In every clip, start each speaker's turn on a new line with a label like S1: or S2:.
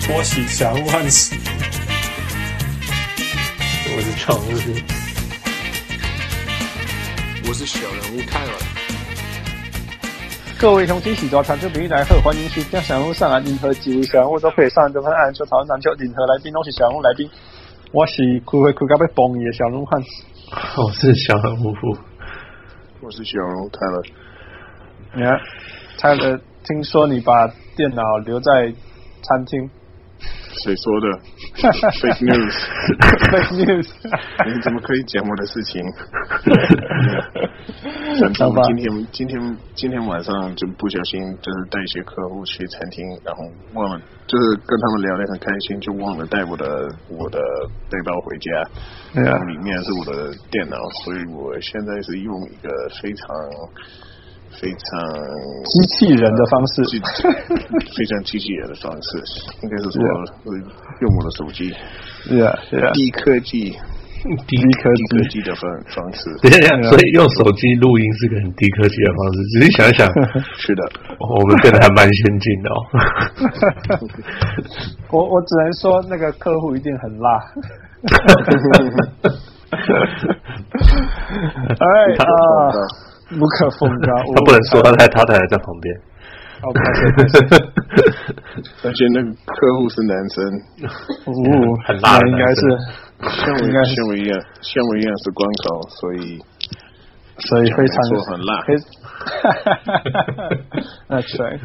S1: 搓洗小物和你洗
S2: 我是宠物。
S3: 我是小人物泰尔，
S4: 各位雄心喜早长秋比喻来贺，欢迎收听小人物上来任何几位小人物都可以上这份按说讨论篮球，任何来宾都是小人物来宾。我是哭会哭到被崩的小人物汉，
S2: 我哦是小人物。
S3: 我是小人物泰勒。
S4: 你看，泰勒，听说你把电脑留在餐厅
S3: 谁说的？Fake news！
S4: ，fake news，
S3: 你怎么可以讲我的事 情？
S4: 好吧
S3: 今天今天今天晚上就不小心就是带一些客户去餐厅，然后忘了，就是跟他们聊得很开心，就忘了带我的我的背包回家，
S4: 对啊
S3: 然后里面是我的电脑，所以我现在是用一个非常非常
S4: 机器人的方式。
S3: 机非常机器人的方式，应该是说
S4: Yeah.
S3: 我用我的手机，
S4: 是啊，是啊，
S3: 低科技
S2: 低
S4: 低科
S3: 低科
S4: 技。
S3: 技的方方 式，
S2: 等一下，所以用手机录音是个很低科技的方式。仔细想一想，
S3: 是的，
S2: 我们变得还蛮先进的哦。
S4: 我我只能说那个客户一定很辣。哎
S2: 他
S4: 啊，无可奉告。
S2: 他不能说，他太他太太在旁边。
S4: 哦，不好意思
S3: 而且那个客户是男生，
S4: 哦，
S2: 很辣的
S4: 那应该是，
S3: 像我
S4: 应该是
S3: 像我一样，像我一样是光头，所以
S4: 所以非常
S3: 说很辣
S4: 非 That's right.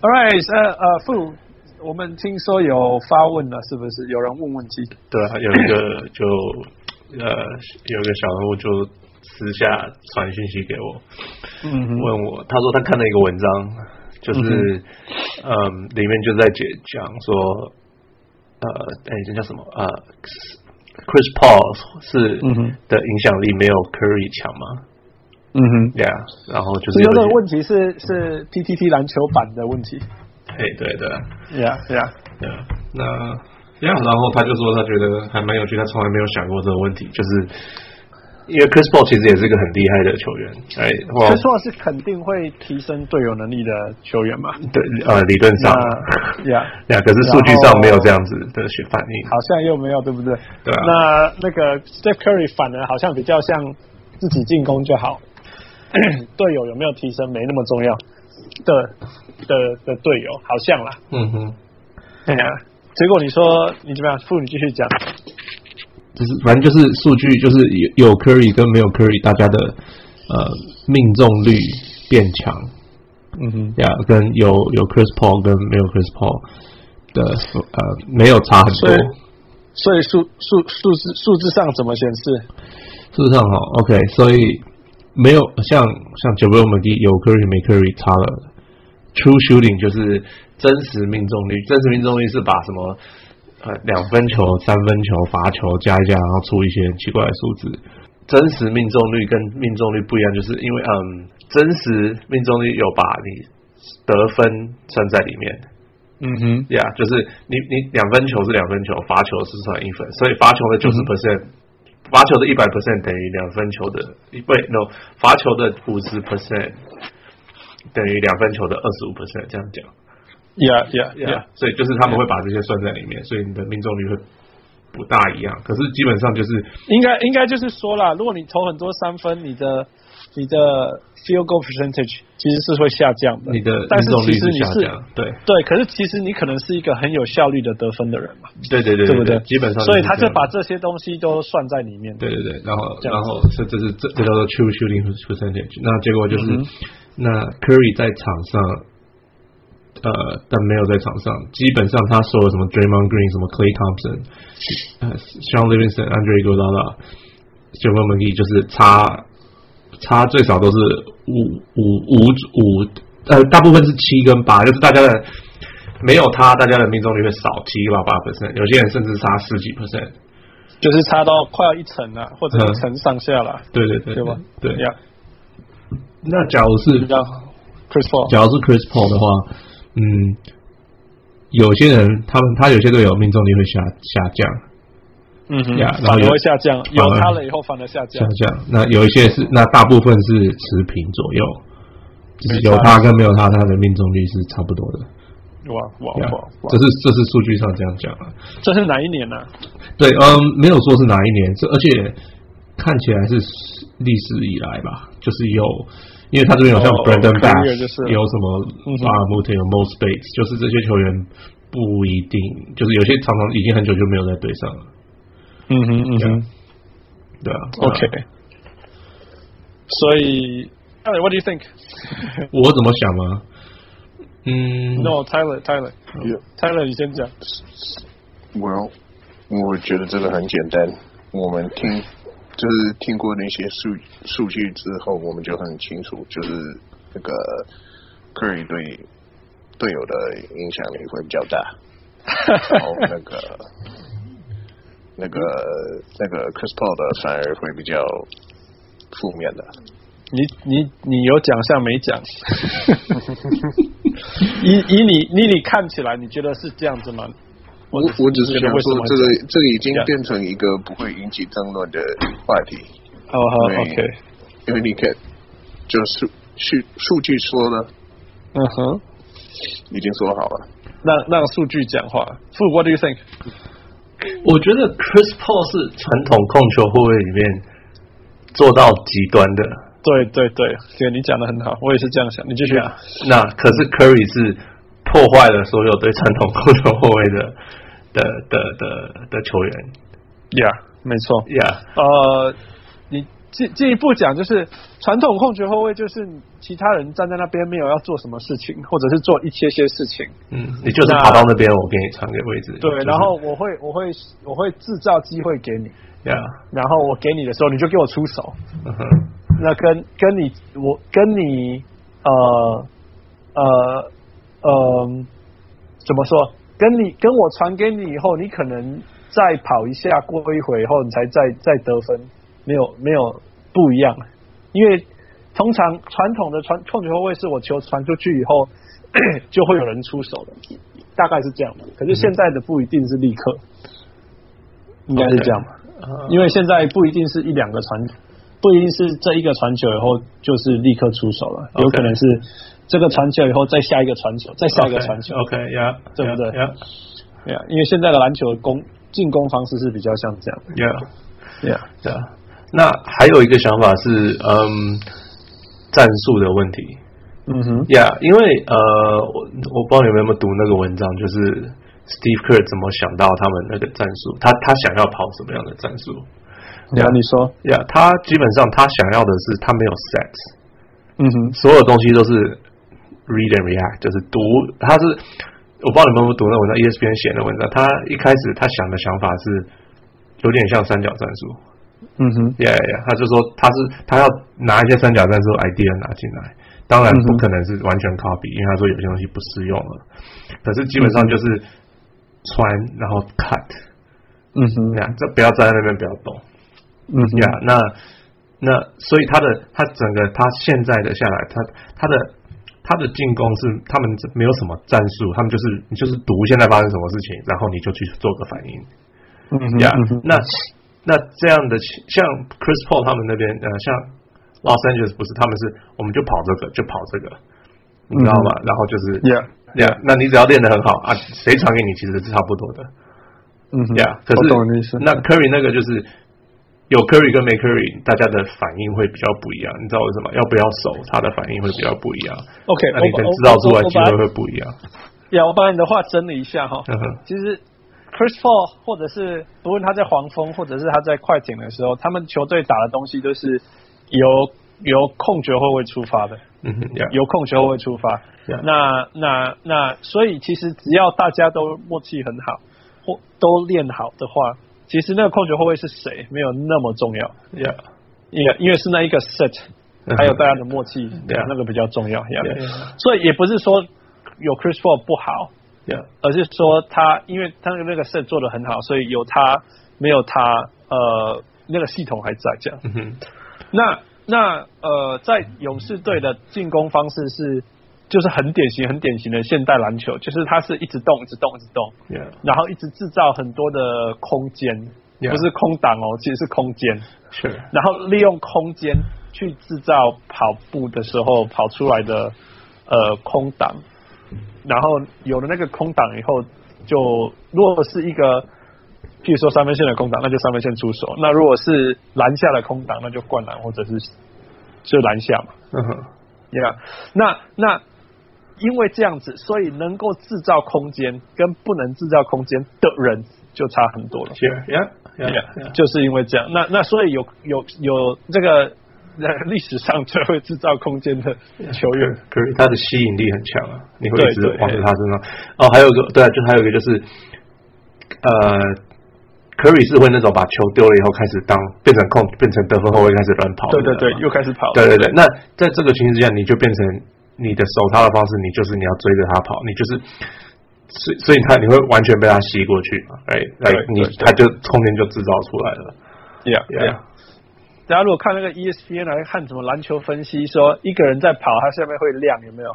S4: All right，呃呃，傅，我们听说有发问了，是不是？有人问问题？
S2: 对啊，有一个就呃有一个小人物就私下传讯息给我，
S4: 嗯哼
S2: 问我，他说他看了一个文章，就是嗯里面就在解讲说，呃，哎，这叫什么？呃，Chris Paul 是
S4: 嗯哼
S2: 的影响力没有 Curry 强吗？
S4: 嗯哼。
S2: 对啊，然后就是
S4: 这
S2: 有
S4: 个
S2: 点
S4: 问题是是 PTT 篮球版的问题。
S2: 哎，对对啊
S4: Yeah, yeah.
S2: 对啊，那呀，然后他就说他觉得还蛮有趣，他从来没有想过这个问题，就是。因为 Chris Paul 其实也是一个很厉害的球员，哎，哇
S4: 可是我是肯定会提升队友能力的球员嘛。
S2: 对，呃，理论上，
S4: 那呀，
S2: 呀，可是数据上没有这样子的学反应。
S4: 好像又没有，对不对？
S2: 对啊
S4: 那那个 Steph Curry 反而好像比较像自己进攻就好，队友有没有提升没那么重要的的的队友，好像啦。
S2: 嗯哼，
S4: 哎呀、结果你说你怎么样？妇女继续讲。
S5: 就是反正就是数据，就是有有 Curry 跟没有 Curry，大家的呃命中率变强
S4: 嗯哼，
S5: 呀，跟有有 Chris Paul 跟没有 Chris Paul 的呃没有差很多
S4: 所以。所以数数数字数字上怎么显示？
S5: 事实上哈，OK，所以没有像像 j a b r i l m c g 有 Curry 没 Curry 差了。True shooting 就是真实命中率，真实命中率是把什么呃两分球、三分球、罚球加一加，然后出一些奇怪的数字。真实命中率跟命中率不一样，就是因为嗯，真实命中率有把你得分算在里面，
S4: 嗯哼，
S5: 呀就是你你两分球是两分球，罚球是算一分，所以罚球的
S4: 嗯
S5: 九十 percent，罚球的一百 percent 等于两分球的一倍，no，罚球的五十 percent 等于两分球的二十五 percent，这样讲，
S4: 呀呀
S5: 呀、
S4: 呀，
S5: 所以就是他们会把这些算在里面，所以你的命中率会不大一样，可是基本上就是
S4: 应该应该就是说啦，如果你投很多三分，你的你的 field goal percentage 其实是会下降的。
S5: 你的
S4: 但
S5: 命
S4: 是
S5: 中率
S4: 其实你
S5: 下
S4: 是
S5: 降，对
S4: 对，可是其实你可能是一个很有效率的得分的人嘛，
S5: 对对对
S4: 不
S5: 对
S4: 对？
S5: 基本上是
S4: 所以他
S5: 这
S4: 就
S5: 样
S4: 把这些东西都算在里面。
S5: 对对对，然后
S4: 这样
S5: 然
S4: 子
S5: 后这这是这这叫做 true shooting percentage。那结果就是，
S4: 嗯
S5: 那 Curry 在场上，呃，但没有在场上，基本上他所有什么 Draymond Green、什么 Clay Thompson、呃、Sean Livingston、Andre Iguodala、j a m a McGee 就是差差最少都是五五五五，呃，大部分是七跟八，就是大家的。没有他，大家的命中率会少七到八 percent，有些人甚至差十几 percent。
S4: 就是差到快要一层了，或者一层上下了，
S5: 对对嗯对
S4: 对吧？
S5: 对。
S4: 呀，
S5: 那假如是
S4: 比较 Chris Paul，
S5: 假如是 Chris Paul 的话，嗯，有些人他们他有些队友命中率会下下降
S4: 嗯哼
S5: 呀，然
S4: 反
S5: 后
S4: 而
S5: 有
S4: 会下降，
S5: 反而
S4: 有他了以后反而下
S5: 下
S4: 降。
S5: 降，那有一些是那大部分是持平左右，就是有
S4: 没差
S5: 他跟没有他，他的命中率是差不多的。啊
S4: 哇哇
S6: Yeah，
S4: 哦哇哇
S6: 这！是这是数据上这样讲啊。
S4: 这是哪一年呢、啊？
S6: 对，嗯，没有说是哪一年，这而且看起来是历史以来吧，就是有，因为他这边有像
S4: 哦
S6: Brandon
S4: Career
S6: Bass，、
S4: 就是
S6: 有什么
S4: 嗯哼
S6: 巴尔穆特，有 Mo Space，就是这些球员不一定，就是有些常常已经很久就没有在队上了，
S4: 嗯哼嗯哼
S6: 对啊。
S4: ，OK。所以，Tyler，what do you think？
S6: 我怎么想吗？嗯
S4: No，Tyler，Tyler，Tyler，你 先讲。
S3: Well，我觉得这个很简单。我们听，就是听过那些数数据之后，我们就很清楚，就是那个 Curry 对队友的影响力会比较大。然后那个那个那个 Chris Paul 的反而会比较负面的。
S4: 你你你有奖项没奖？ 以以你以你看起来，你觉得是这样子吗？
S3: 我我只是
S4: 觉得
S3: 想
S4: 为什
S3: 说
S4: 么，
S3: 这个这个已经
S4: Yeah
S3: 变成一个不会引起争论的话题。
S4: 哦好
S3: 对
S4: ，OK，
S3: 因为你看，就数数数据说了，
S4: 嗯哼，
S3: 已经说好了。
S4: 让让数据讲话。傅，What do you think？
S5: 我觉得 Chris Paul 是传统控球后卫里面做到极端的，
S4: 对对对，对你讲的很好，我也是这样想。你继续。
S5: 啊那可是 Curry 是破坏了所有对传统控球后卫的的的的的球员
S4: Yeah，没错。
S5: ，Yeah，
S4: 呃，你进进一步讲，就是传统控球后卫，就是其他人站在那边没有要做什么事情，或者是做一些些事情。
S5: 嗯，你就是
S4: 那
S5: 跑到那边，我给你传给位置，
S4: 对，
S5: 就是
S4: 然后我会我会我会制造机会给你，
S5: ，Yeah，
S4: 然后我给你的时候，你就给我出手。
S5: 嗯哼，
S4: 那跟跟你我跟你呃呃呃，怎么说？跟你跟我传给你以后，你可能再跑一下，过一会以后，你才再再得分，没有没有不一样。因为通常传统的传控球后卫是我球传出去以后 就会有人出手的，大概是这样的。可是现在的不一定是立刻，应该是这样吧。
S5: 呃
S4: 因为现在不一定是一两个传，不一定是这一个传球以后就是立刻出手了
S5: OK
S4: 有可能是这个传球以后再下一个传球，再下一个传球。
S5: ，OK，Yeah，
S4: 对不对
S5: ？Yeah，Yeah，
S4: 对啊，因为现在的篮球攻进攻方式是比较像这样。对啊，
S5: 对啊。那还有一个想法是，嗯，战术的问题。
S4: 嗯哼，
S5: Yeah，因为呃，我我不知道你们有没有读那个文章，就是 Steve Kerr 怎么想到他们那个战术，他他想要跑什么样的战术
S4: 然后你说，
S5: ？Yeah，他基本上他想要的是他没有 set，
S4: 嗯哼，
S5: 所有东西都是 read and react，就是读，他是我不知道你们有没有读那文章，ESPN ，E 写的文章，他一开始他想的想法是有点像三角战术，
S4: 嗯哼，
S5: Yeah, yeah, yeah，他就说他是他要拿一些三角战术 idea 拿进来，当然不
S4: 嗯哼
S5: 可能是完全 copy，、因为他说有些东西不适用了。可是基本上就是穿，然后 cut，
S4: 嗯哼
S5: 那，样这不要站在那边不要动。
S4: 嗯哼，
S5: Yeah，那那所以他的他整个他现在的下来，他他的他的进攻是他们没有什么战术，他们就是你就是读现在发生什么事情，然后你就去做个反应。
S4: 嗯哼，
S5: 呀、
S4: 嗯哼，
S5: 那那这样的情像 Chris Paul 他们那边呃，像 Los Angeles 不是他们是我们就跑这个就跑这个，你知道吗？然后就是
S4: 嗯 Yeah，
S5: 呀那你只要练得很好啊，谁传给你其实是差不多的
S4: 嗯哼，
S5: 呀。可
S4: 我
S5: 是
S4: 懂你的意思。
S5: 那 Curry 那个就是。有 Curry 跟没 Curry，大家的反应会比较不一样，你知道为什么？要不要守，他的反应会比较不一样。
S4: OK，
S5: 那你
S4: 我
S5: 等
S4: 哎我
S5: 知道出来
S4: 我我
S5: 机
S4: 把
S5: 会会不一样。
S4: 呀，我把你的话整理一下哈。
S5: 嗯哼
S4: 其实 Chris Paul 或者是不论他在黄蜂或者是他在快艇的时候，他们球队打的东西都是由由控球后卫出发的，
S5: 嗯哼，呀，
S4: 由控球后卫出发。
S5: Yeah
S4: 那那那，所以其实只要大家都默契很好，或都练好的话，其实那个控球后卫是谁没有那么重要，
S5: 呀，
S4: 因为因为是那一个 set，
S5: 嗯哼
S4: 还有大家的默契
S5: Yeah
S4: 那个比较重要。Yeah
S5: Yeah, yeah,
S4: 所以也不是说有 Chris Paul 不好。
S5: 呀，
S4: 而是说他因为他的那个 set 做的很好，所以有他没有他呃那个系统还在这样。
S5: 嗯哼，
S4: 那那呃，在勇士队的进攻方式是就是很典型很典型的现代篮球，就是他是一直动一直动一直动，
S5: 呀，
S4: 然后一直制造很多的空间
S5: Yeah.
S4: 不是空档哦，其实是空间，
S5: 是，
S4: 然后利用空间去制造跑步的时候跑出来的呃空档。然后有了那个空档以后，就如果是一个，譬如说三分线的空档，那就三分线出手；那如果是篮下的空档，那就灌篮或者是就篮下嘛。
S5: 嗯哼，
S4: Yeah，那那因为这样子，所以能够制造空间跟不能制造空间的人就差很多了。
S5: ，Yeah Yeah
S4: Yeah，
S5: Yeah，
S4: 就是因为这样，那那所以有有有这个呃历史上最会制造空间的球员，
S5: 可是他的吸引力很强啊，你会
S4: 对
S5: 一直
S4: 对
S5: 往着他身上。哦，还有一个对、啊，就还有一个就是，呃，Curry 是会那种把球丢了以后开始当变成控，变成得分后卫开始乱跑的
S4: 对
S5: 人
S4: 对
S5: 嘛。
S4: 对，又开始跑了。
S5: 对对对，那在这个情形之下，你就变成你的守他的方式，你就是你要追着他跑，你就是，所以所以他你会完全被他吸过去嘛？哎，来
S4: 对
S5: 你
S4: 对对
S5: 他就空间就制造出来了。
S4: Yeah
S5: Yeah，
S4: Yeah。大家如果看那个 E ESPN 来看什么篮球分析，说一个人在跑，他下面会亮，有没 有？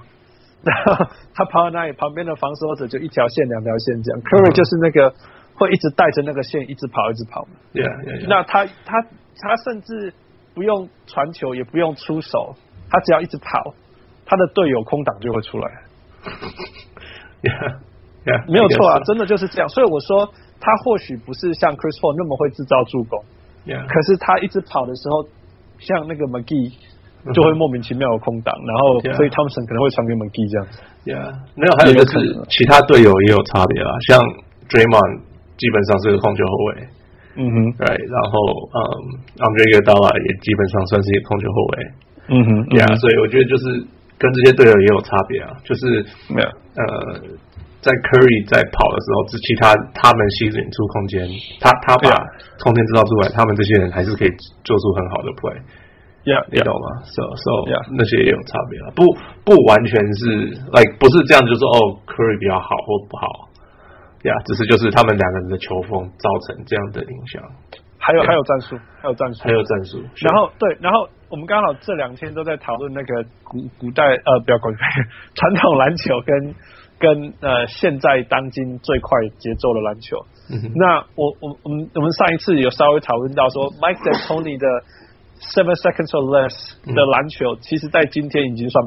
S4: 然后他跑到那里，旁边的防守者就一条线、两条线这样。Curry 就是那个会一直带着那个线一直跑、一直跑。
S5: Yeah Yeah，
S4: 那他他他甚至不用传球，也不用出手，他只要一直跑，他的队友空档就会出来。
S5: Yeah Yeah，
S4: 没有错啊，
S5: 一定是
S4: 真的就是这样。所以我说他或许不是像 Chris Paul 那么会制造助攻，
S5: Yeah
S4: 可是他一直跑的时候，像那个 McGee 就会莫名其妙有空档，然后
S5: Yeah
S4: 所以 Thompson 可能会传给 McGee 这样子。
S5: Yeah，没有，还有就是其他队友也有差别啦，啊像 Draymond 基本上是个控球后卫，
S4: 嗯哼，
S5: 对，然后嗯 a n d r e Iguodala 也基本上算是一个控球后卫
S4: 嗯哼
S5: ，Yeah，、所以我觉得就是跟这些队友也有差别啊，就是
S4: 没有。
S5: 呃，在 Curry 在跑的时候，这其他他们吸引出空间，他他把
S4: Yeah
S5: 空间制造出来，他们这些人还是可以做出很好的 play，
S4: Yeah,
S5: 你
S4: yeah.
S5: 懂吗？So so
S4: Yeah
S5: 那些也有差别了，不不完全是 like 不是这样，就说哦 Curry 比较好或不好，呀、只是就是他们两个人的球风造成这样的影响，
S4: 还有
S5: Yeah
S4: 还有战术，还有战术
S5: 还。有战术，
S4: 然后对，然后我们刚好这两天都在讨论那个古古代呃，不要古代传统篮球跟跟呃现在当今最快节奏的篮球。
S5: 嗯哼
S4: 那我我我们我们上一次有稍微讨论到说，Mike D'Antoni 的 Seven Seconds
S5: 嗯
S4: or Less 的篮球，其实在今天已经算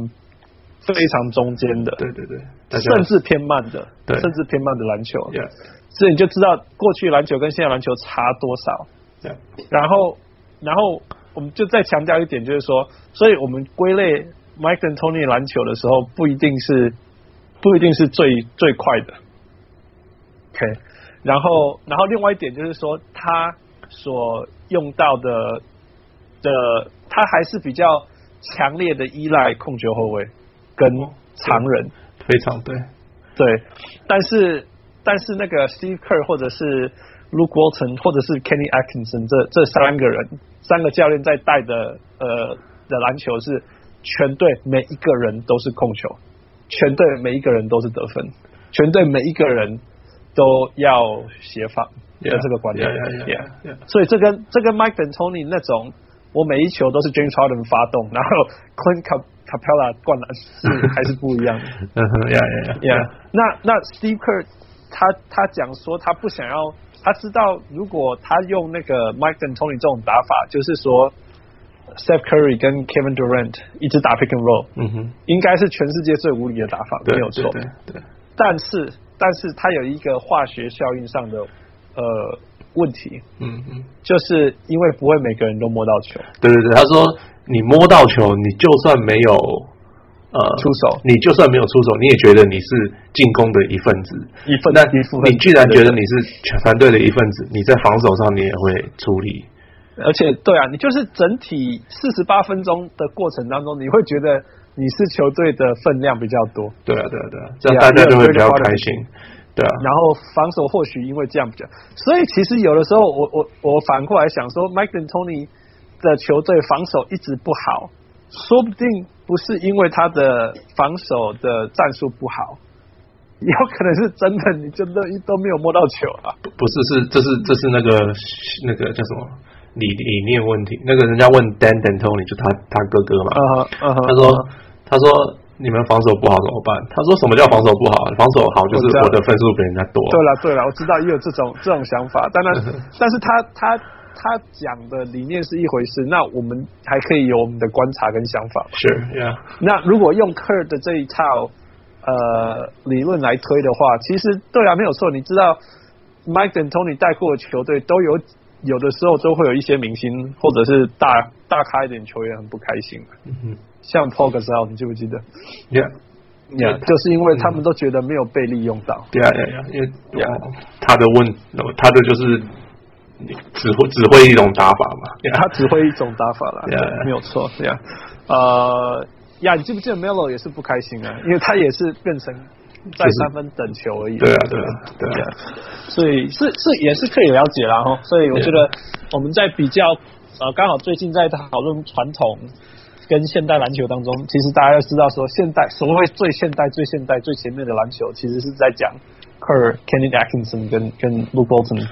S4: 非常中间的，
S5: 对对对，大家
S4: 甚至偏慢的，
S5: 对
S4: 甚至偏慢的篮球。
S5: yeah
S4: 所以你就知道过去篮球跟现在篮球差多少。
S5: yeah
S4: 然后，然后我们就再强调一点，就是说，所以我们归类 Mike and Tony 篮球的时候，不一定是不一定是最最快的。OK，然后，然后另外一点就是说，他所用到的的，他还是比较强烈的依赖控球后卫跟常人。
S5: 非常对，
S4: 对，但是但是那个 Steve Kerr 或者是 Luke Walton 或者是 Kenny Atkinson 这这三个人三个教练在带的呃的篮球是全队每一个人都是控球，全队每一个人都是得分，全队每一个人都要协防的
S5: Yeah，
S4: 这个观念。
S5: yeah, yeah,
S4: Yeah
S5: yeah, yeah.
S4: 所以这跟这跟 Mike and Tony 那种，我每一球都是 James Harden 发动，然后 Clint Cap- Capella 灌篮是还是不一样的。
S5: 嗯哼，yeah yeah
S4: Yeah，那那 Steve Kerr 他他讲说他不想要，他知道如果他用那个 Mike and Tony 这种打法，就是说 Steph Curry 跟 Kevin Durant 一直打 pick and roll，
S5: 嗯哼，
S4: 应该是全世界最无理的打法，
S5: 对
S4: 没有错
S5: 对。对对
S4: 但是但是他有一个化学效应上的呃问题，
S5: 嗯嗯。
S4: 就是因为不会每个人都摸到球，
S5: 对对对，他说你摸到球，你就算没有呃
S4: 出手
S5: 你就算没有出手，你也觉得你是进攻的一份子。
S4: 一份
S5: 那
S4: 一部分
S5: 你居然觉得你是全团队的一份子，你在防守上你也会出力。
S4: 而且对啊，你就是整体四十八分钟的过程当中，你会觉得你是球队的分量比较多，
S5: 对啊，对啊，对啊，这样
S4: Yeah，
S5: 大家就会
S4: you're
S5: 比较
S4: part of
S5: 开
S4: the
S5: 心。对啊，
S4: 然后防守或许因为这样比较，所以其实有的时候我我我反过来想说，Mike and Tony 的球队防守一直不好，说不定不是因为他的防守的战术不好。有可能是真的，你真的都没有摸到球啊！
S5: 不不是是这是这是那个那个叫什么理理念问题。那个人家问 Dan Dan Tony，就他他哥哥嘛，
S4: 嗯哼嗯哼，
S5: 他说他说。你们防守不好怎么办？他说什么叫防守不好？防守好就是
S4: 我知道
S5: 我的分数比人家多。
S4: 对了对了，我知道也有这种这种想法，当然，但是他他他讲的理念是一回事，那我们还可以有我们的观察跟想法嘛。
S5: Sure, yeah,
S4: 那如果用 Kerr 的这一套，呃理论来推的话，其实对啊，没有错。你知道 Mike and Tony 带过的球队都有，有的时候都会有一些明星或者是大大咖一点球员很不开心。
S5: 嗯
S4: 像 p o g a s a l 你记不记得？
S5: ，Yeah Yeah
S4: 就是因为他们都觉得没有被利用到。
S5: Yeah Yeah，因为他的问他的就是只会只会一种打法嘛
S4: 他
S5: ，Yeah
S4: 只会一种打法啦
S5: Yeah.
S4: 对没有错，对啊，呃，呀，你记不记得 Melo 也是不开心啊，因为他也是变成在三分等球而已，
S5: 对啊对啊对啊，
S4: 所以是是也是可以了解啦哈，所以我觉得我们在比较呃，刚好最近在讨论传统跟现代篮球当中，其实大家要知道说，现代所谓最现代、最现代、最前面的篮球，其实是在讲 Kerr、Kenny Atkinson 跟跟 Luke Walton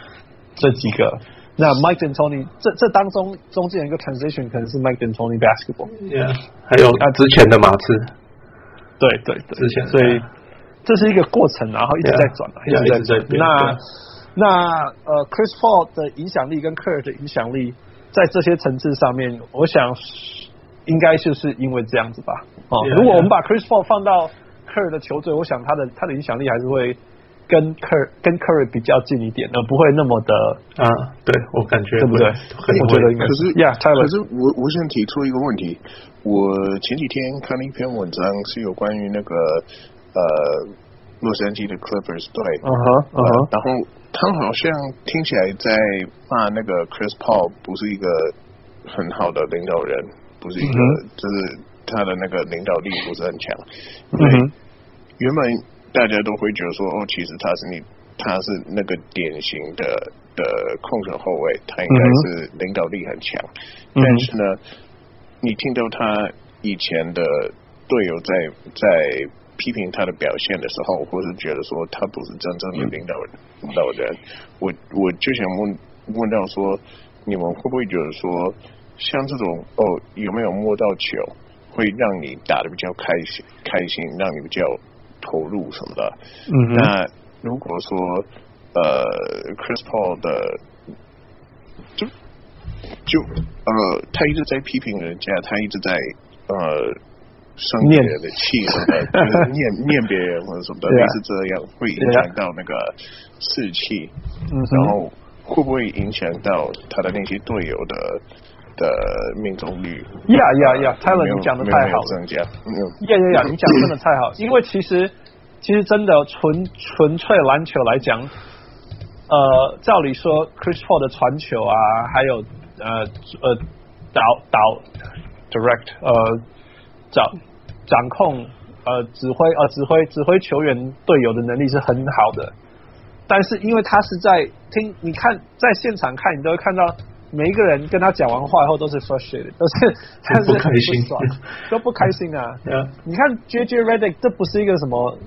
S4: 这几个。那 Mike and Tony 这这当中中间有一个 transition 可能是 Mike and Tony basketball，
S5: Yeah，还有啊之前的马刺，
S4: 对对对，
S5: 之前
S4: 所以这是一个过程，然后一直在转，
S5: 对啊
S4: 一直在
S5: 一直在
S4: 转。
S5: 变
S4: 那
S5: 对
S4: 那呃，Chris Paul 的影响力跟 Kerr 的影响力，在这些层次上面，我想应该就是因为这样子吧。哦
S5: Yeah，
S4: 如果
S5: yeah
S4: 我们把 Chris Paul 放到 Kerr 的球队，我想他的他的影响力还是会跟 Kerr 跟 Kerr 比较近一点，而不会那么的，
S5: 啊，对我感觉
S4: 对不对？
S5: 很
S4: 我觉得应该
S3: 可是
S4: 呀，泰勒
S3: 可是我我想提出一个问题，我前几天看了一篇文章，是有关于那个呃洛杉矶的 Clippers 队，
S4: 嗯哼嗯哼，
S3: 然后他们好像听起来在骂那个 Chris Paul 不是一个很好的领导人，不是一个、就是他的那个领导力不是很强。
S4: 嗯哼，
S3: 原本大家都会觉得说，哦，其实他是你，他是那个典型的的控球后卫，他应该是领导力很强。
S4: 嗯嗯哼
S3: 但是呢，你听到他以前的队友在在批评他的表现的时候，或是觉得说他不是真正的领导人，领导人，我我就想问问到说，你们会不会觉得说，像这种哦，有没有摸到球，会让你打的比较开心，开心，让你比较投入什么的？
S4: 嗯哼，
S3: 那如果说呃，Chris Paul 的就就呃，他一直在批评人家，他一直在呃生别人的气什么的， 就是念念别人或者什么的，
S4: 对啊
S3: 类似这样会影响到那个士气，
S4: 嗯
S3: 然
S4: 哼，
S3: 后会不会影响到他的那些队友的？的命中率，
S4: 呀呀呀
S3: 呃
S4: 泰勒
S3: 有没有
S4: 你讲得
S3: 有没有
S4: 太好了
S3: 增加，嗯，
S4: 呀呀呀！你讲得真的太好，因为其实其实真的纯纯粹篮球来讲，呃，照理说 Chris Paul 的传球啊，还有呃呃导导 direct 呃掌掌控呃指挥呃指挥指挥球员队友的能力是很好的，但是因为他是在听，你看在现场看，你都会看到每一个人跟他讲完话以后都是 frustrated，都是他是
S5: 不开心
S4: 很不爽都不开心啊。
S5: Yeah
S4: 你看 J J Redick，这不是一个什么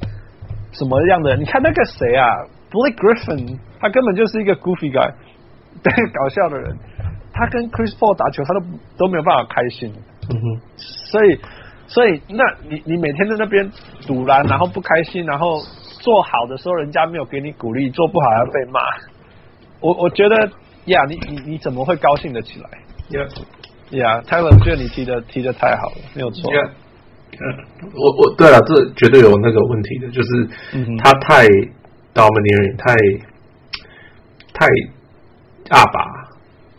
S4: 什么样的人？你看那个谁啊，Blake Griffin，他根本就是一个 goofy guy，对，搞笑的人。他跟 Chris Paul 打球，他都都没有办法开心。
S5: 嗯哼。
S4: 所以，所以，那你你每天在那边堵拦，然后不开心，然后做好的时候人家没有给你鼓励，做不好还要被骂。我我觉得呀，你你你怎么会高兴得起来
S5: Yeah,
S4: 呀？Tyler，我觉得你提的提的太好了，没有错。
S5: 哦 yeah. 我我对啊，这绝对有那个问题的，就是
S4: 嗯哼
S5: 他太 domineering，太太阿爸，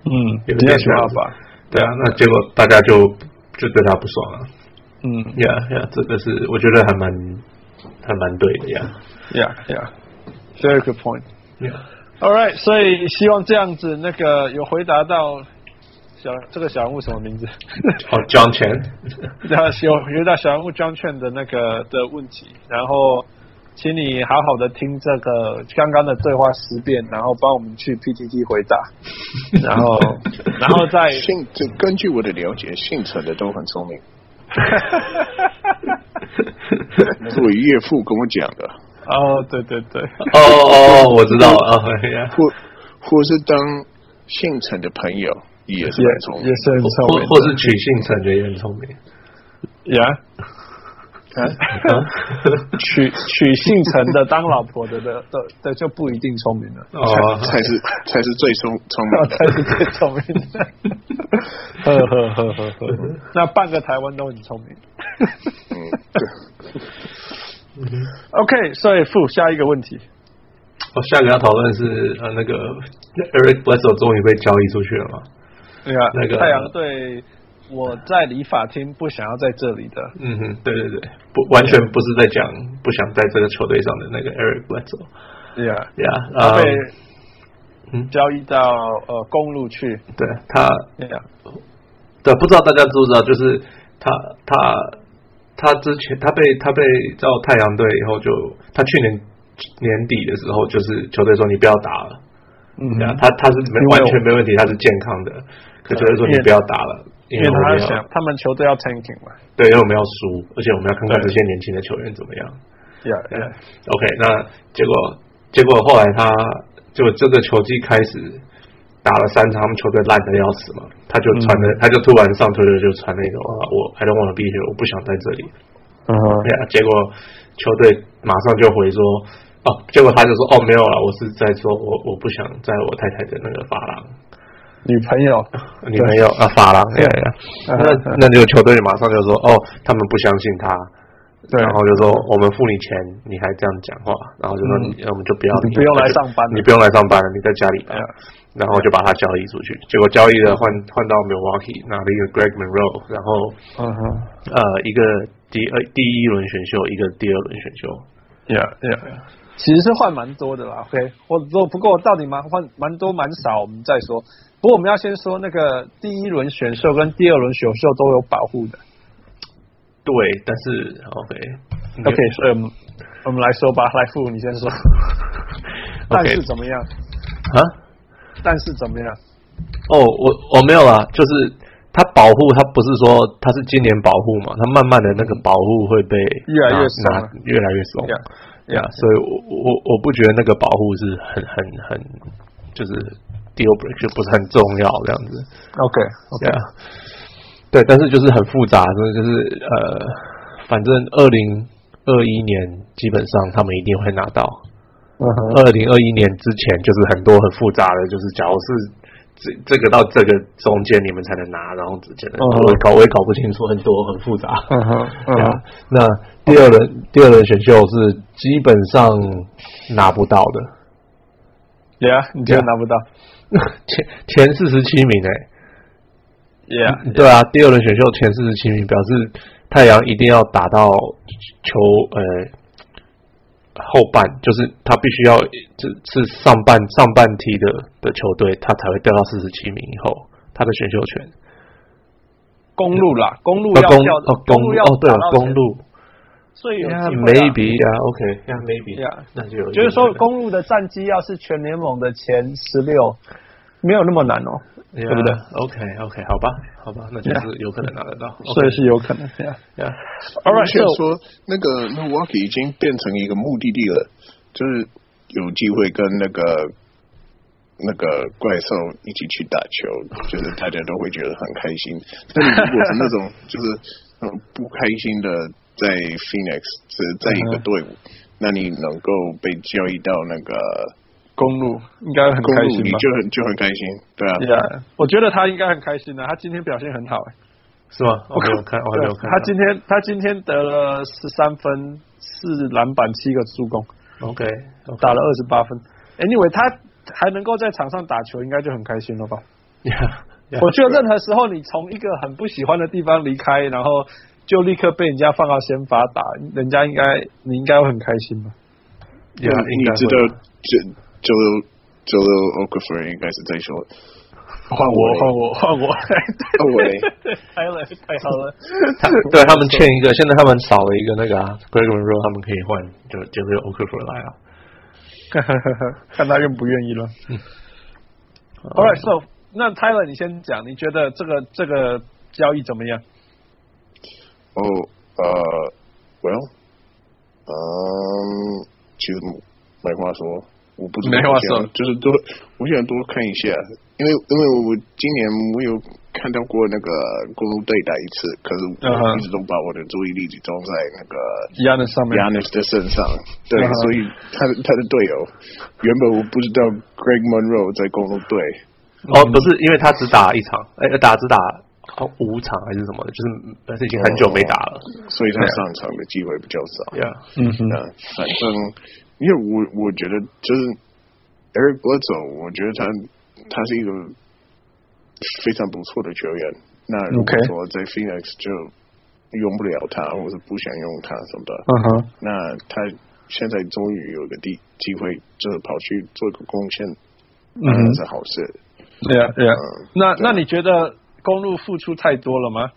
S4: 嗯，
S5: 有
S4: 比较
S5: 点
S4: 喜欢
S5: 像
S4: 吧。
S5: 对啊，那结果大家就就对他不爽了。
S4: 嗯
S5: Yeah, yeah，这个是我觉得还蛮还蛮对的呀。
S4: ，Yeah Yeah，very good point。
S5: Yeah,
S4: All right，所以希望这样子那个有回答到小这个小人物什么名字？
S5: 哦、John Chen，
S4: 然后有回答小人物 John Chen 的那个的问题，然后请你好好的听这个刚刚的对话十遍，然后帮我们去 PTT 回答，然后然后 再
S3: 幸就根据我的了解，姓陈的都很聪明，那是我岳父跟我讲的。
S4: 哦，对对对，
S5: 哦哦，我知道了。哦 yeah.
S3: 或或是当姓陈的朋友也是
S4: 也
S3: 蛮聪明
S4: 也是很
S5: 或
S4: 聪明的，
S5: 或是取姓陈觉得也很聪 明，
S4: 呀，
S5: 啊
S4: 娶娶姓陈的当老婆的的的的就不一定聪明 了。
S5: 哦，
S3: 才是才是最聪聪明
S4: 我
S3: 的。
S4: 才是最聪明的。 呵呵呵呵呵，那半个台湾都很聪明。
S3: 嗯，对，
S4: OK，所以付下一个问题。
S5: 我哦下一个要讨论是呃那个 Eric Bledsoe 终于被交易出去了嘛？
S4: 对啊，
S5: 那个
S4: 太阳队，我在理发厅不想要在这里的。
S5: 嗯哼，对对对，不完全不是在讲不想在这个球队上的那个 Eric Bledsoe。
S4: 对啊，
S5: Yeah，
S4: 他
S5: 呃、
S4: 被
S5: 嗯
S4: 交易到呃公路去。
S5: 对他
S4: 对啊，
S5: 对，不知道大家知不知道，就是他他他之前他被他被到太阳队以后就，他去年年底的时候，就是球队说你不要打了，
S4: 嗯
S5: 对啊，他他是没
S4: 因为
S5: 完
S4: 我
S5: 全没问题，他是健康的，可球队说
S4: 因为
S5: 你不要打了，因
S4: 因为
S5: 为我
S4: 他
S5: 们要
S4: 想他们球队要 tanking 嘛。
S5: 对，因为我们要输，而且我们要看看这
S4: 对
S5: 些年轻的球员怎么样。
S4: 对啊，对啊，
S5: OK，那结果结果后来他就这个球季开始打了三场，他们球队烂的要死嘛，他就传了，他就突然上推特就传了一个啊，我 I don't want to be here，我不想在这里。
S4: 嗯哼
S5: 对啊，结果球队马上就回说，哦，结果他就说，哦，没有了，我是在说我我不想在我太太的那个发廊
S4: 女朋友，
S5: 女朋友啊发廊，哎 呀，那那这个球队马上就说，哦，他们不相信他。
S4: 对
S5: 然后就说我们付你钱，你还这样讲话，然后就说你、我们就不要
S4: 嗯你不用来上班了
S5: 你不用来上班了，你在家里吧。
S4: Yeah
S5: 然后就把他交易出去，结果交易了换换到 Milwaukee 拿了一个 Greg Monroe，然后
S4: 嗯哼
S5: 呃一个第二第一轮选秀，一个第二轮选秀，
S4: ，Yeah Yeah，其实是换蛮多的啦。OK，我我不过到底蛮换蛮多蛮少，我们再说。不过我们要先说那个第一轮选秀跟第二轮选秀都有保护的。
S5: 对，但是 OK 嗯
S4: OK，所以我们我们来说吧，来付你先 说。但是怎么样？
S5: 啊
S4: 但是怎么样？
S5: 哦我我没有啊，就是他保护他不是说他是今年保护嘛，他慢慢的那个保护会被
S4: 越来越
S5: 拿
S4: 松
S5: 拿
S4: 了
S5: 越来越松，呀
S4: Yeah，yeah
S5: 所以我我我不觉得那个保护是很很很就是 deal break 就不是很重要这样子。
S4: OK，
S5: 对啊，对，但是就是很复杂，真的就是呃，反正二零二一年基本上他们一定会拿到，
S4: 嗯哼
S5: 二零二一年之前就是很多很复杂的，就是假如是这这个到这个中间你们才能拿，然后之间的
S4: 嗯
S5: 我也搞我也搞不清楚，很多很复杂。
S4: 嗯哼，嗯
S5: 对啊
S4: 哼，
S5: 那第二轮第二轮选秀是基本上拿不到的，
S4: ，Yeah，你觉得
S5: Yeah
S4: 拿不到
S5: 前前四十七名哎、
S4: ？Yeah，
S5: 对啊，第二轮选秀前四十七名，表示太阳一定要打到球呃后半，就是他必须要就是是上半上半梯的的球队，他才会掉到四十七名以后，他的选秀权。
S4: 公路啦，公路
S5: 呃
S4: 要
S5: 公
S4: 跳
S5: 哦，
S4: 公
S5: 公
S4: 路
S5: 路
S4: 要
S5: 哦，对
S4: 打
S5: 哦
S4: 到，
S5: 公
S4: 前
S5: 路
S4: 最有机
S5: ，Yeah
S4: 会啦
S5: maybe 啊，OK，Yeah maybe，
S4: Yeah
S5: 那就有一点
S4: 就是说
S5: 可能
S4: 公路的战绩要是全联盟的前十六，没有那么难哦，
S5: 对
S4: 不对
S5: ？OK OK，好吧，好吧，那就是有可能拿得到。
S4: 所以是有可能这样。
S5: Yeah，
S3: 而
S4: Alright，
S3: 且
S4: so-
S3: 说那个 Milwaukee 已经变成一个目的地了，就是有机会跟那个那个怪兽一起去打球，就是大家都会觉得很开心。但如果是 那种就是嗯不开心的，在 Phoenix 是在一
S4: 嗯
S3: 个队伍，那你能够被交易到那个
S4: 公路应该很
S3: 公
S4: 开
S3: 路，
S4: 心
S3: 你
S4: 吧
S3: 就很就很开心，对啊。
S4: ？Yeah，我觉得他应该很开心的，他今天表现很好。哎
S5: 是吗？我没有看，我还没哦有看到。
S4: 啊他今天他今天得了十三分、四篮板、七个助攻，
S5: OK，
S4: 打了二十八分。Anyway，他还能够在场上打球，应该就很开心了吧？
S5: Yeah，
S4: 我觉得任何时候你从一个很不喜欢的地方离开，然后就立刻被人家放到先发打，人家应该你应该会很开心吧？
S5: Yeah，
S3: 嗯
S5: 应
S3: 你
S5: 该
S3: 知
S5: 会
S3: 道九九六九六 Okafor 应该是在说换嘞
S4: 换我换我，
S3: 换我嘞，
S4: 太了太好 了，
S5: 他对他 们欠一个，现在他们少了一个那个啊，Greg Monroe 他们可以换，就就是 Okafor 来啊。
S4: 看他愿不愿意了。All right, so 那 Tyler 你先讲，你觉得这个这个交易怎么样？
S3: 哦呃，Well，嗯，其实没话说，我不知道
S4: 没话说
S3: 我想就是多我想多看一下，因为因为我今年我有看到过那个公路队打一次，可是
S4: 嗯
S3: 我
S4: 哼
S3: 一直都把我的注意力集中在那个。
S4: 一样的上面
S3: Yanis 的身上，对
S4: 嗯哼
S3: 所以他的他的队友原本我不知道
S4: 嗯
S3: Greg Monroe 在公路队，
S5: 哦，不是，因为他只打一场，哎，打只打好像五场还是什么的，就是嗯但是已经很久没打了。
S4: 哦
S3: 所以他上场的机会比较少。
S5: Yeah，
S4: 嗯哼
S3: 那反正，因为我我觉得就是 Eric Bledsoe，我觉得他他是一个非常不错的球员。那如果
S4: OK
S3: 说在 Phoenix 就用不了他，或者不想用他什么的，
S4: 嗯哼，
S3: 那他现在终于有个地机会，就是跑去做个贡献，
S4: 嗯哼
S3: 那是好事。
S4: 对啊对啊。那那你觉得公路付出太多了吗？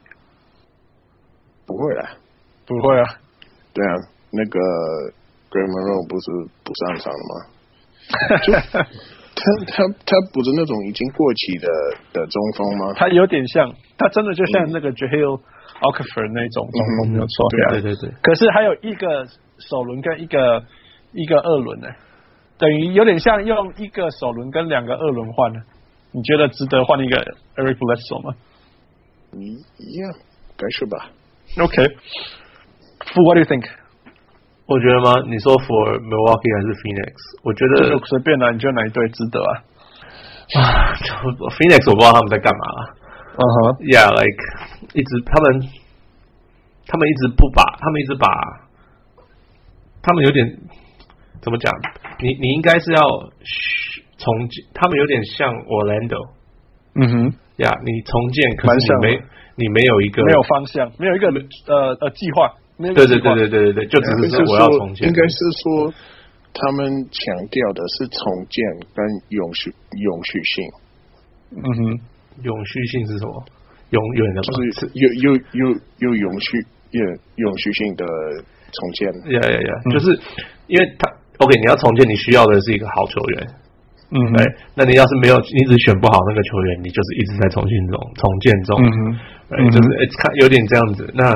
S3: 不会啦，
S4: 不会啊，
S3: 对啊，那个 Graham Monroe 不是不上场了吗？他他他不是那种已经过期的的中锋吗？
S4: 他有点像，他真的就像那个 Jahil o c k f o r 那种中哦锋，没有错。
S3: 对啊
S6: 对对对，
S4: 可是还有一个首轮跟一个一个二轮呢、等于有点像用一个首轮跟两个二轮换呢。你觉得值得换一个 Eric Bledsoe 吗
S3: 一一样，该是吧？
S4: ？OK，傅，What do you think？
S5: 我觉得吗？你说 for Milwaukee 还是 Phoenix？我觉得
S4: 就随便啦，你觉得哪一队值得啊？
S5: 啊就 Phoenix 我不知道他们在干嘛。啊
S4: 嗯哼，
S5: Yeah，like 一直他们他们一直不把他们一直把他们有点怎么讲？你你应该是要嘘重建，他们有点像 Orlando。
S4: 嗯哼，
S5: 呀你重建，可
S4: 蛮
S5: 是
S4: 像
S5: 你
S4: 的
S5: 没你没有一个
S4: 没有方向，没有一个呃呃计划，没有一
S5: 对
S4: 个
S5: 对
S4: 计划
S5: 对对对对对，就只是
S3: 应该
S5: 说我要重建，
S3: 应该是说他们强调的是重建跟永续永续性，
S4: 嗯哼，
S5: 永续性是什么？永远的吗？
S3: 哦就是有有有有永续有永续性的重建。
S5: 呀呀呀，就是因为他 OK，你要重建，你需要的是一个好球员，
S4: 嗯哼
S5: 对，哎那你要是没有，你只选不好那个球员，你就是一直在重新中重建中，
S4: 嗯哼，
S5: 对，就是 it's kind- 有点这样子。那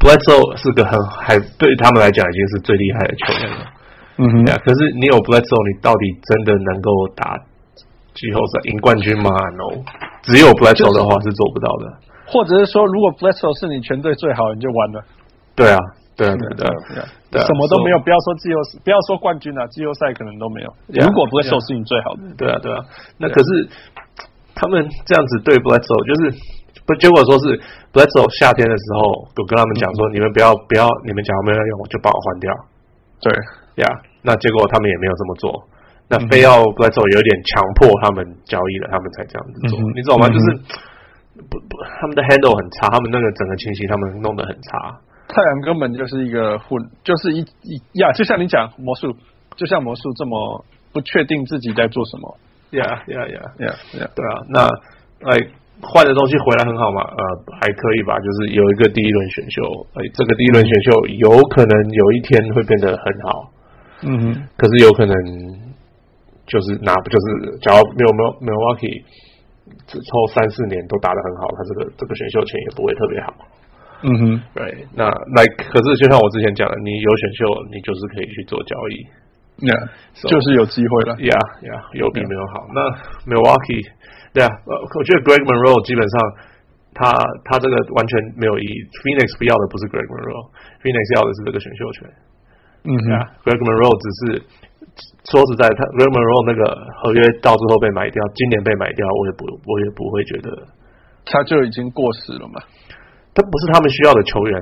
S5: Bledsoe 是个很还对他们来讲已经是最厉害的球员了。
S4: 嗯哼
S5: 对啊，可是你有 Bledsoe，你到底真的能够打季后赛赢冠军吗？No，只有 Bledsoe 的话是做不到的。
S4: 或者是说，如果 Bledsoe 是你全队最好，你就完了，
S5: 对啊，对啊，对啊对啊，
S3: 对啊，
S5: 对啊
S4: 什么都没有。
S5: So-
S4: 不要说季后赛，不要说冠军了，季后赛可能都没有。
S5: Yeah，
S4: 如果 Bledsoe 是你最好的，
S5: 对啊，对啊。那可是他们这样子对 Bledsoe 就是。不，结果说是 Bledsoe 夏天的时候，我跟他们讲说，你
S4: 嗯
S5: 们不要不要，你们讲没有用，就把我换掉。
S4: 对，
S5: 呀那结果他们也没有这么做，那
S4: 嗯
S5: 非要 Bledsoe 有点强迫他们交易了，他们才这样子做，
S4: 嗯哼
S5: 你知道吗？
S4: 嗯哼
S5: 就是不不，他们的 handle 很差，他们那个整个情形他们弄得很差。
S4: 太阳根本就是一个混，就是一一呀，就像你讲魔术，就像魔术这么不确定自己在做什么。
S5: Yeah, yeah, yeah.
S4: Yeah, yeah.
S5: 对啊，那哎换的东西回来很好嘛？呃，还可以吧，就是有一个第一轮选秀，哎，这个第一轮选秀有可能有一天会变得很好，
S4: 嗯哼，
S5: 可是有可能就是拿就是，假如没有没有 Milwaukee 之后三四年都打得很好，他这个这个选秀权也不会特别好。
S4: 嗯哼，
S5: 对，那 like 可是就像我之前讲的，你有选秀，你就是可以去做交易。
S4: yeah,
S5: So-
S4: 就是有机会了。
S5: Yeah, yeah，有比没有好。那 Milwaukee，对啊，呃我觉得 Greg Monroe 基本上他他这个完全没有意义。Phoenix 不要的不是 Greg Monroe，Phoenix 要的是这个选秀权。
S4: 嗯
S5: 对啊
S4: 哼，
S5: ，Greg Monroe 只是说实在，他 Greg Monroe 那个合约到最后被买掉，今年被买掉，我也不我也不会觉得
S4: 他就已经过时了嘛。
S5: 他不是他们需要的球员。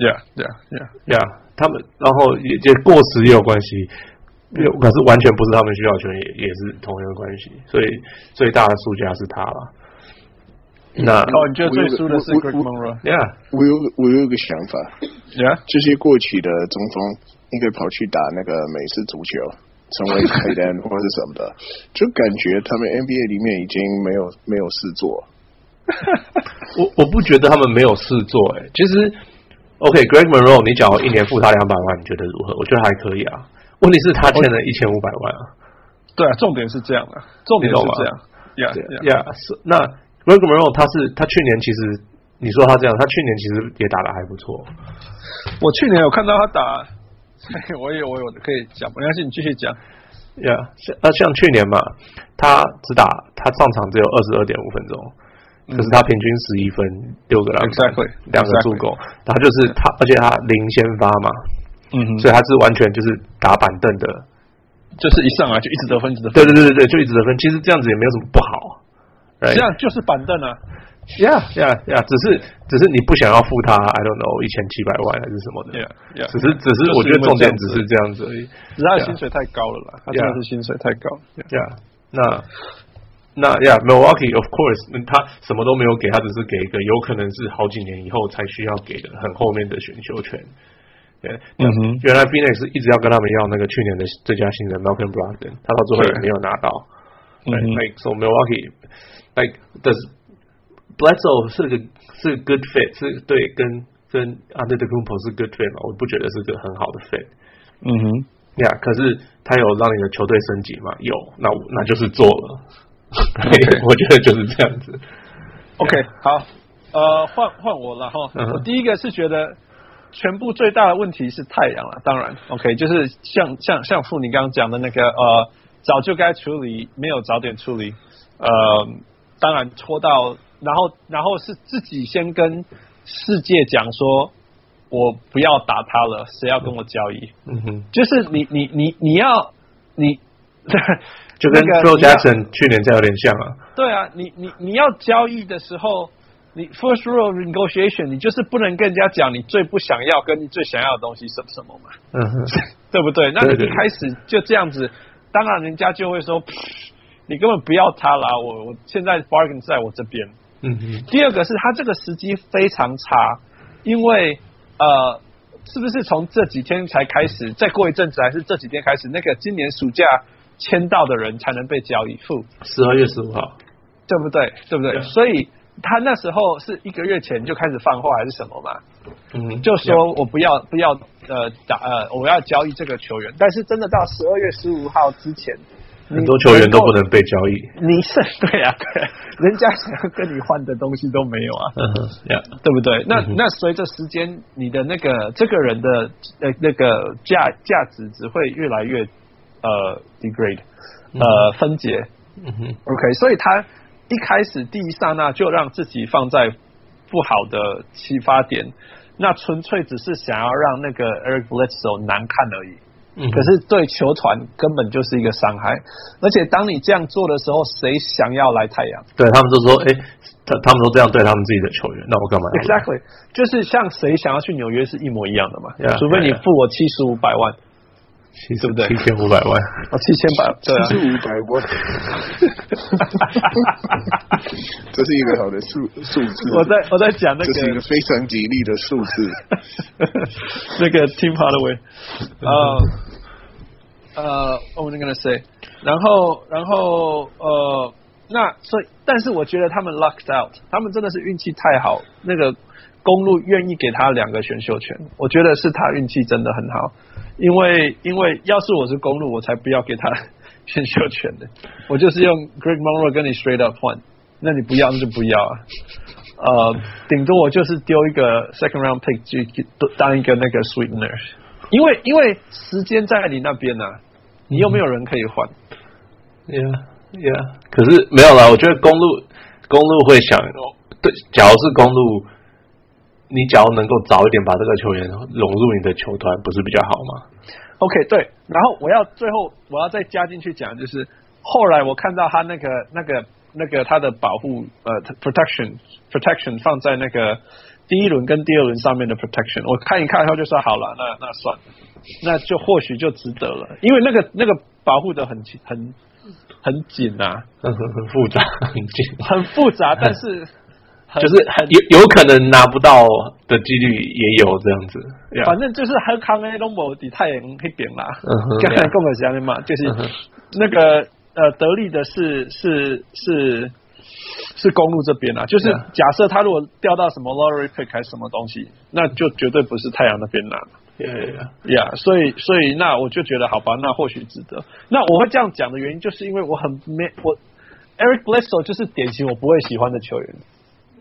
S4: Yeah, yeah, yeah.
S5: 呀他们然后也也过时也有关系，有可是完全不是他们需要的球员，也也是同一个关系，所以最大的输家是他了。那
S4: 哦，你觉得最输的是
S3: 我
S4: Greg
S3: 我
S4: Monroe？
S5: ，Yeah，
S3: 我有我有一个想法，
S4: Yeah，
S3: 这些过期的中锋应该跑去打那个美式足球，成为黑人或者什么的，就感觉他们 NBA 里面已经没有没有事做。
S5: 我我不觉得他们没有事做、欸，其实 OK，Greg、Monroe，你假如一年付他两百万，你觉得如何？我觉得还可以啊。问题是，他欠了一千五百万啊。
S4: 对啊，重点是这样啊，重点
S5: 你懂
S4: 是
S5: 吗
S4: 这样。Yeah,
S5: 啊
S4: yeah.
S5: 呀，是那 Greg Monroe 他是他去年其实你说他这样，他去年其实也打得还不错。
S4: 我去年有看到他打， 我也我有可以讲，没关系，你继续讲。
S5: 呀，像呃像去年嘛，他只打他上场只有二十二点五分钟，可是他平均十一分六个篮板
S4: Exactly，
S5: 两个助攻，他就是他，而且他零先发嘛，
S4: 嗯哼
S5: 所以他是完全就是打板凳的，
S4: 就是一上来就一直得分，一直得分。
S5: 对对对对对，就一直得分。其实这样子也没有什么不好， right?
S4: 这样就是板凳啊。
S5: Yeah, yeah, yeah. 只是只是你不想要付他，I don't know 一千七百万还是什么的。
S4: Yeah, yeah.
S5: 只是只是我觉得重点只是这样子而已。
S4: 只是他的
S5: Yeah.
S4: 薪水太高了啦，他真
S5: Yeah.
S4: 的是薪水太高。Yeah.
S5: Yeah，那那 Yeah Milwaukee of course，嗯他什么都没有给，他只是给一个有可能是好几年以后才需要给的很后面的选秀权。对，
S4: 嗯哼
S5: 原来 Phoenix 一直要跟他们要那个去年的最佳新人 Malcolm Brogdon，他到最后也
S4: 对
S5: 没有拿到。
S4: 嗯
S5: Right,
S4: 哼
S5: like so Milwaukee, like does Bledsoe 是个是 good fit，是对跟跟 a n d e r t o o m p o 是 good fit 嘛？我不觉得是个很好的 fit。
S4: 嗯哼，
S5: 呀可是他有让你的球队升级吗？有，那我那就是做 了。我觉得就是这样子。
S4: OK，好，呃，换换我了哈。
S5: 嗯哼
S4: 我第一个是觉得全部最大的问题是太阳了，当然，OK，就是像像像傅你刚刚讲的那个呃，早就该处理，没有早点处理，呃，当然拖到，然后然后是自己先跟世界讲说，我不要打他了，谁要跟我交易？
S5: 嗯哼，
S4: 就是你你你你要你。
S5: 就跟
S4: 那个
S5: Phil
S4: 你要
S5: Jackson 去年这样有点像啊。
S4: 对啊，你你你要交易的时候，你 first rule of negotiation，你就是不能跟人家讲你最不想要跟你最想要的东西是什么嘛，
S5: 嗯 哼，
S4: 对不对？那
S5: 对
S4: 你
S5: 对
S4: 一开始就这样子，当然人家就会说， 噗你根本不要他啦，我我现在 bargain 在我这边。
S5: 嗯哼，
S4: 第二个是他这个时机非常差，因为呃，是不是从这几天才开始？再过一阵子还是这几天开始？那个今年暑假签到的人才能被交易付。
S5: 十二月十五号。
S4: 对不对？对不对？
S5: 对
S4: 所以他那时候是一个月前就开始放话还是什么嘛？
S5: 嗯哼，
S4: 就说我不要不要呃打呃我要交易这个球员，但是真的到十二月十五号之前，
S5: 很多球员都不能被交易。
S4: 你是对啊 对啊，人家想要跟你换的东西都没有啊，
S5: 嗯哼，Yeah，
S4: 对不对？那
S5: 嗯哼
S4: 那随着时间，你的那个这个人的呃那个价价值只会越来越呃 degrade 呃分解，
S5: 嗯哼，
S4: OK，所以他一开始第一刹那就让自己放在不好的启发点，那纯粹只是想要让那个 Eric Bledsoe 难看而已。
S5: 嗯哼
S4: 可是对球团根本就是一个伤害，而且当你这样做的时候，谁想要来太阳
S5: 对他们都说，哎，他他们都这样对他们自己的球员，那我干嘛要来
S4: ？Exactly，就是像谁想要去纽约是一模一样的嘛
S5: Yeah，
S4: 除非你
S5: yeah，yeah
S4: 付我七十五百万，
S5: 七
S4: 对不对
S5: 七千五百万。
S4: 哦，七千百，对啊
S3: 这，是五百 万，这是一个好的数数字。
S4: 我在我在讲那
S3: 这是一
S4: 个
S3: 个非常吉利的数字。
S4: 那个 Tim Hardaway，呃呃，what was I gonna say？然后然后呃，那所以，但是我觉得他们 lucked out，他们真的是运气太好，那个公路愿意给他两个选秀权，我觉得是他运气真的很好，因为因为要是我是公路，我才不要给他 选秀权的，我就是用 Greg Monroe 跟你 straight up 换，那你不要那就不要啊。呃，顶多我就是丢一个 second round pick 去去当一个那个 sweetener，因为因为时间在你那边呢、啊，你又没有人可以换，
S5: Yeah, yeah。可是没有啦，我觉得公路公路会想，对，假如是公路，你只要能够早一点把这个球员融入你的球团，不是比较好吗？
S4: OK，对。然后我要最后我要再加进去讲，就是后来我看到他那个那个那个他的保护呃他 protection protection 放在那个第一轮跟第二轮上面的 protection，我看一看后就说好了，那那算了，那就或许就值得了，因为那个那个保护的很紧很很紧啊，
S5: 很很很复杂，很紧，
S4: 很复杂，但是 很
S5: 就是很有有可能拿不到的几率也有这样子。Yeah,
S4: 反正就是很康诶，拢无伫太阳迄边啦
S5: 嗯哼。
S4: 刚才讲的是安尼嘛，就是
S5: 嗯哼
S4: 那个呃得利的是是是是公路这边啦，就是
S5: 嗯
S4: 假设他如果掉到什么 lottery pick 还是什么东西，那就绝对不是太阳那边拿。
S5: yeah, yeah.
S4: 呀、yeah,，所以所以那我就觉得好吧，那或许值得。那我会这样讲的原因，就是因为我很没我 Eric Bledsoe 就是典型我不会喜欢的球员，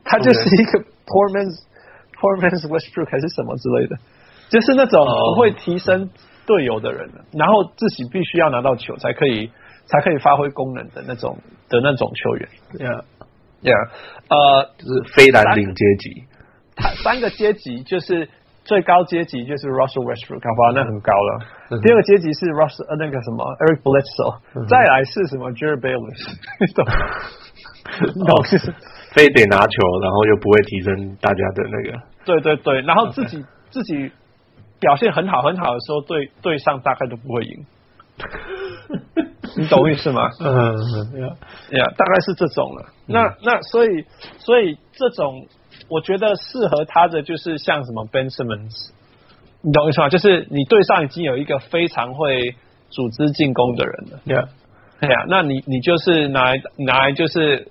S4: 他就是一个 poor man's poor man's Westbrook 还是什么之类的，就是那种
S5: 哦
S4: 不会提升队友的人然后自己必须要拿到球才可以才可以发挥功能的那种的那种球员。
S5: Yeah,
S4: Yeah，呃，
S5: 就是非蓝领阶级。
S4: 他三个阶级就是最高阶级就是 Russell Westbrook，好吧，那很高了。
S6: 嗯
S4: 第二个阶级是 Russell 呃那个什么 Eric Bledsoe，、再来是什么 Jerry Bayless，你 懂？你懂？就是
S5: 非得拿球，然后又不会提升大家的那个。
S4: 对对对，然后自己自己表现很好很好的时候，对对上大概都不会 赢。你懂我意思吗？
S5: 嗯，
S4: 呀大概是这种了。那那所以所以这种，我觉得适合他的就是像什么 Ben Simmons，你懂我意思吗？就是你对上已经有一个非常会组织进攻的人了。
S5: yeah.
S4: 对呀、那你你就是拿来拿来就是，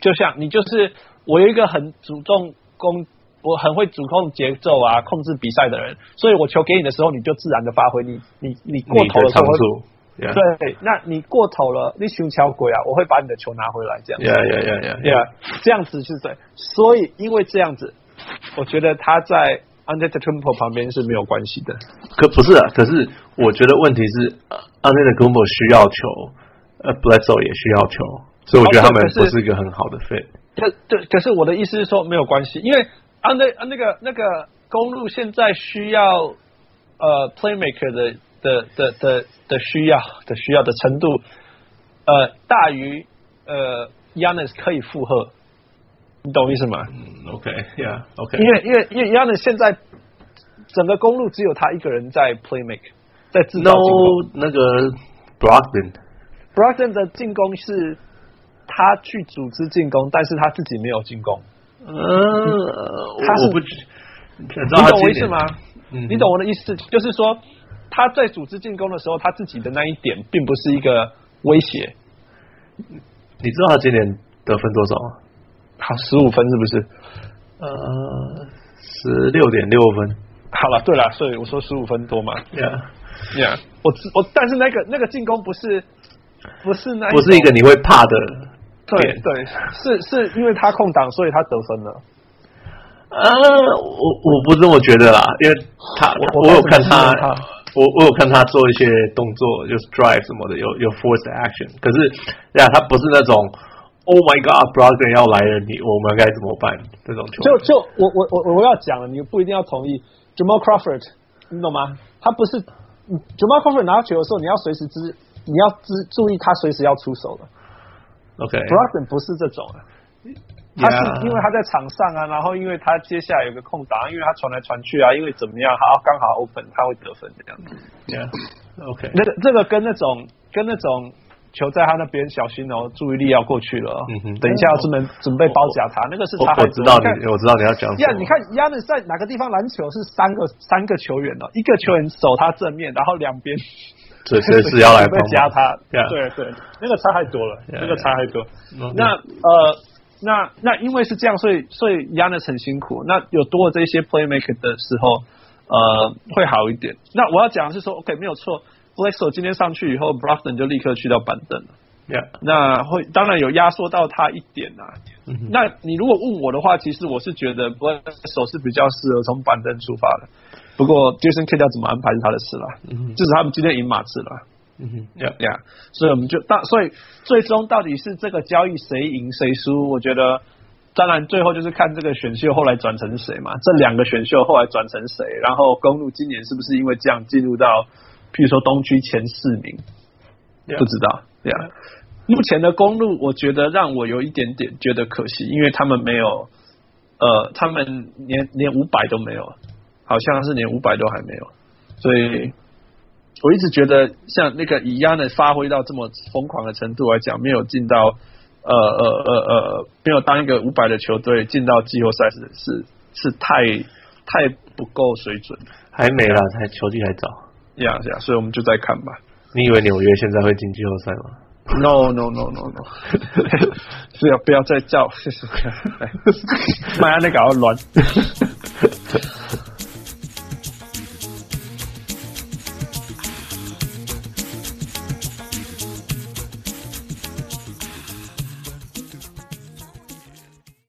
S4: 就像你就是我有一个很主动攻，我很会主控节奏啊，控制比赛的人，所以我球给你的时候，你就自然的发挥，你你你过
S5: 你
S4: 头
S5: 的
S4: 了时
S5: 长
S4: 候会，
S5: 处。Yeah.
S4: 对，那你过头了，你熊敲鬼啊，我会把你的球拿回来这样。
S5: Yeah, yeah, yeah, yeah, yeah.
S4: Yeah，这样子就是对，所以因为这样子，我觉得他在 Under the Temple 旁边是没有关系的。
S5: 可不是啊，可是我觉得问题是，呃阿内的 g u m b o 需要球，呃，Blesso 也需要球，所以我觉得他们
S4: 哦对
S5: 不
S4: 可是
S5: 是一个很好的 fit。
S4: 可对，可是我的意思是说没有关系，因为啊那啊那个那个公路现在需要呃 playmaker 的的的的的需要的需要的程度，呃大于呃 Yanis 可以负荷，你懂我意思吗？
S5: OK, yeah, OK.
S4: 因为因为因为 Yanis 现在整个公路只有他一个人在 playmaker，在制造
S5: No，
S4: 进攻。
S5: 那个 Brogdon
S4: Brogdon 的进攻是他去组织进攻，但是他自己没有进攻。
S5: 呃，
S4: 他是
S5: 我不知，你
S4: 你懂我意思吗？？
S5: 嗯
S4: 你懂我的意思，就是说他在组织进攻的时候，他自己的那一点并不是一个威胁。
S5: 你知道他今年得分多少啊吗？
S4: 好，十五分是不是？
S5: 呃，十六点六分。
S4: 好了，对了，所以我说十五分多嘛。
S5: Yeah，
S4: Yeah，我知我但是那个那个进攻不是不是那
S5: 不是一个
S4: 种
S5: 你会怕的
S4: 对
S5: 点。
S4: 对，是是因为他空档，所以他得分了。
S5: 呃，我我不这么觉得啦，因为他
S4: 我
S5: 我
S4: 我
S5: 有看他
S4: 看他，
S5: 我我有看他做一些动作，就是 drive 什么的，有有 force action。可是呀，他不是那种 Oh my God，Brother 要来了，你我们该怎么办这种球
S4: 就
S5: 员？
S4: 就我我我我要讲了，你不一定要同意。Jamal Crawford，你懂吗？他不是嗯 Jamal Crawford 拿球的时候，你要随时知，你要知注意他随时要出手了。
S5: OK，
S4: Brogdon 不是这种的，他是
S5: Yeah
S4: 因为他在场上啊，然后因为他接下来有个空档，因为他传来传去啊，因为怎么样，好刚好 open，他会得分这样子。
S5: OK，
S4: 那个这个跟那种跟那种球在他那边小心哦，注意力要过去了哦。
S5: 嗯哼
S4: 等一下要专门准备包夹他，那个是
S5: 我
S4: 差很
S5: 我
S4: 多
S5: 知道
S4: 看
S5: 你，我知道你要讲什
S4: 呀
S5: 么。
S4: 你看亚尼在哪个地方篮球是三个三个球员哦，一个球员守他正面，然后两 边
S5: 随随时要来帮
S4: 准备夹
S5: 忙。
S4: 他。
S5: Yeah
S4: 对对，那个差太多了
S5: Yeah，
S4: 那个差太多。
S5: 嗯
S4: 那呃，那那因为是这样，所以所以亚尼很辛苦。那有多了这些 playmaker 的时候，呃，会好一点。那我要讲的是说，OK，没有错 b l a k s o 今天上去以后 b r o s t o n 就立刻去到板凳了。
S5: Yeah，
S4: 那会当然有压缩到他一点啊。那你如果问我的话，其实我是觉得 b l e s s o 是比较适合从板凳出发的。不过 Jason Kidd 要怎么安排是他的事了，至少他们今天赢马刺了。
S5: 嗯哼，Yeah，
S4: 呀，所以我们就到，所以最终到底是这个交易谁赢谁输？我觉得，当然最后就是看这个选秀后来转成谁嘛，这两个选秀后来转成谁，然后公路今年是不是因为这样进入到，譬如说东区前四名
S5: Yeah.
S4: 不知道，对啊。目前的公路，我觉得让我有一点点觉得可惜，因为他们没有，呃，他们连连五百都没有，好像是连五百都还没有，所以我一直觉得像那个以亚的发挥到这么疯狂的程度来讲，没有进到呃呃呃呃，没有当一个五百的球队进到季后赛是是是太太不够水准了，
S5: 还没啦，还球季还早。
S4: 这样这样，所以我们就再看吧。
S5: 你以为纽约现在会进季后赛吗？
S4: No no no no no，是 哎要不要再叫？谢谢。妈呀，那搞乱。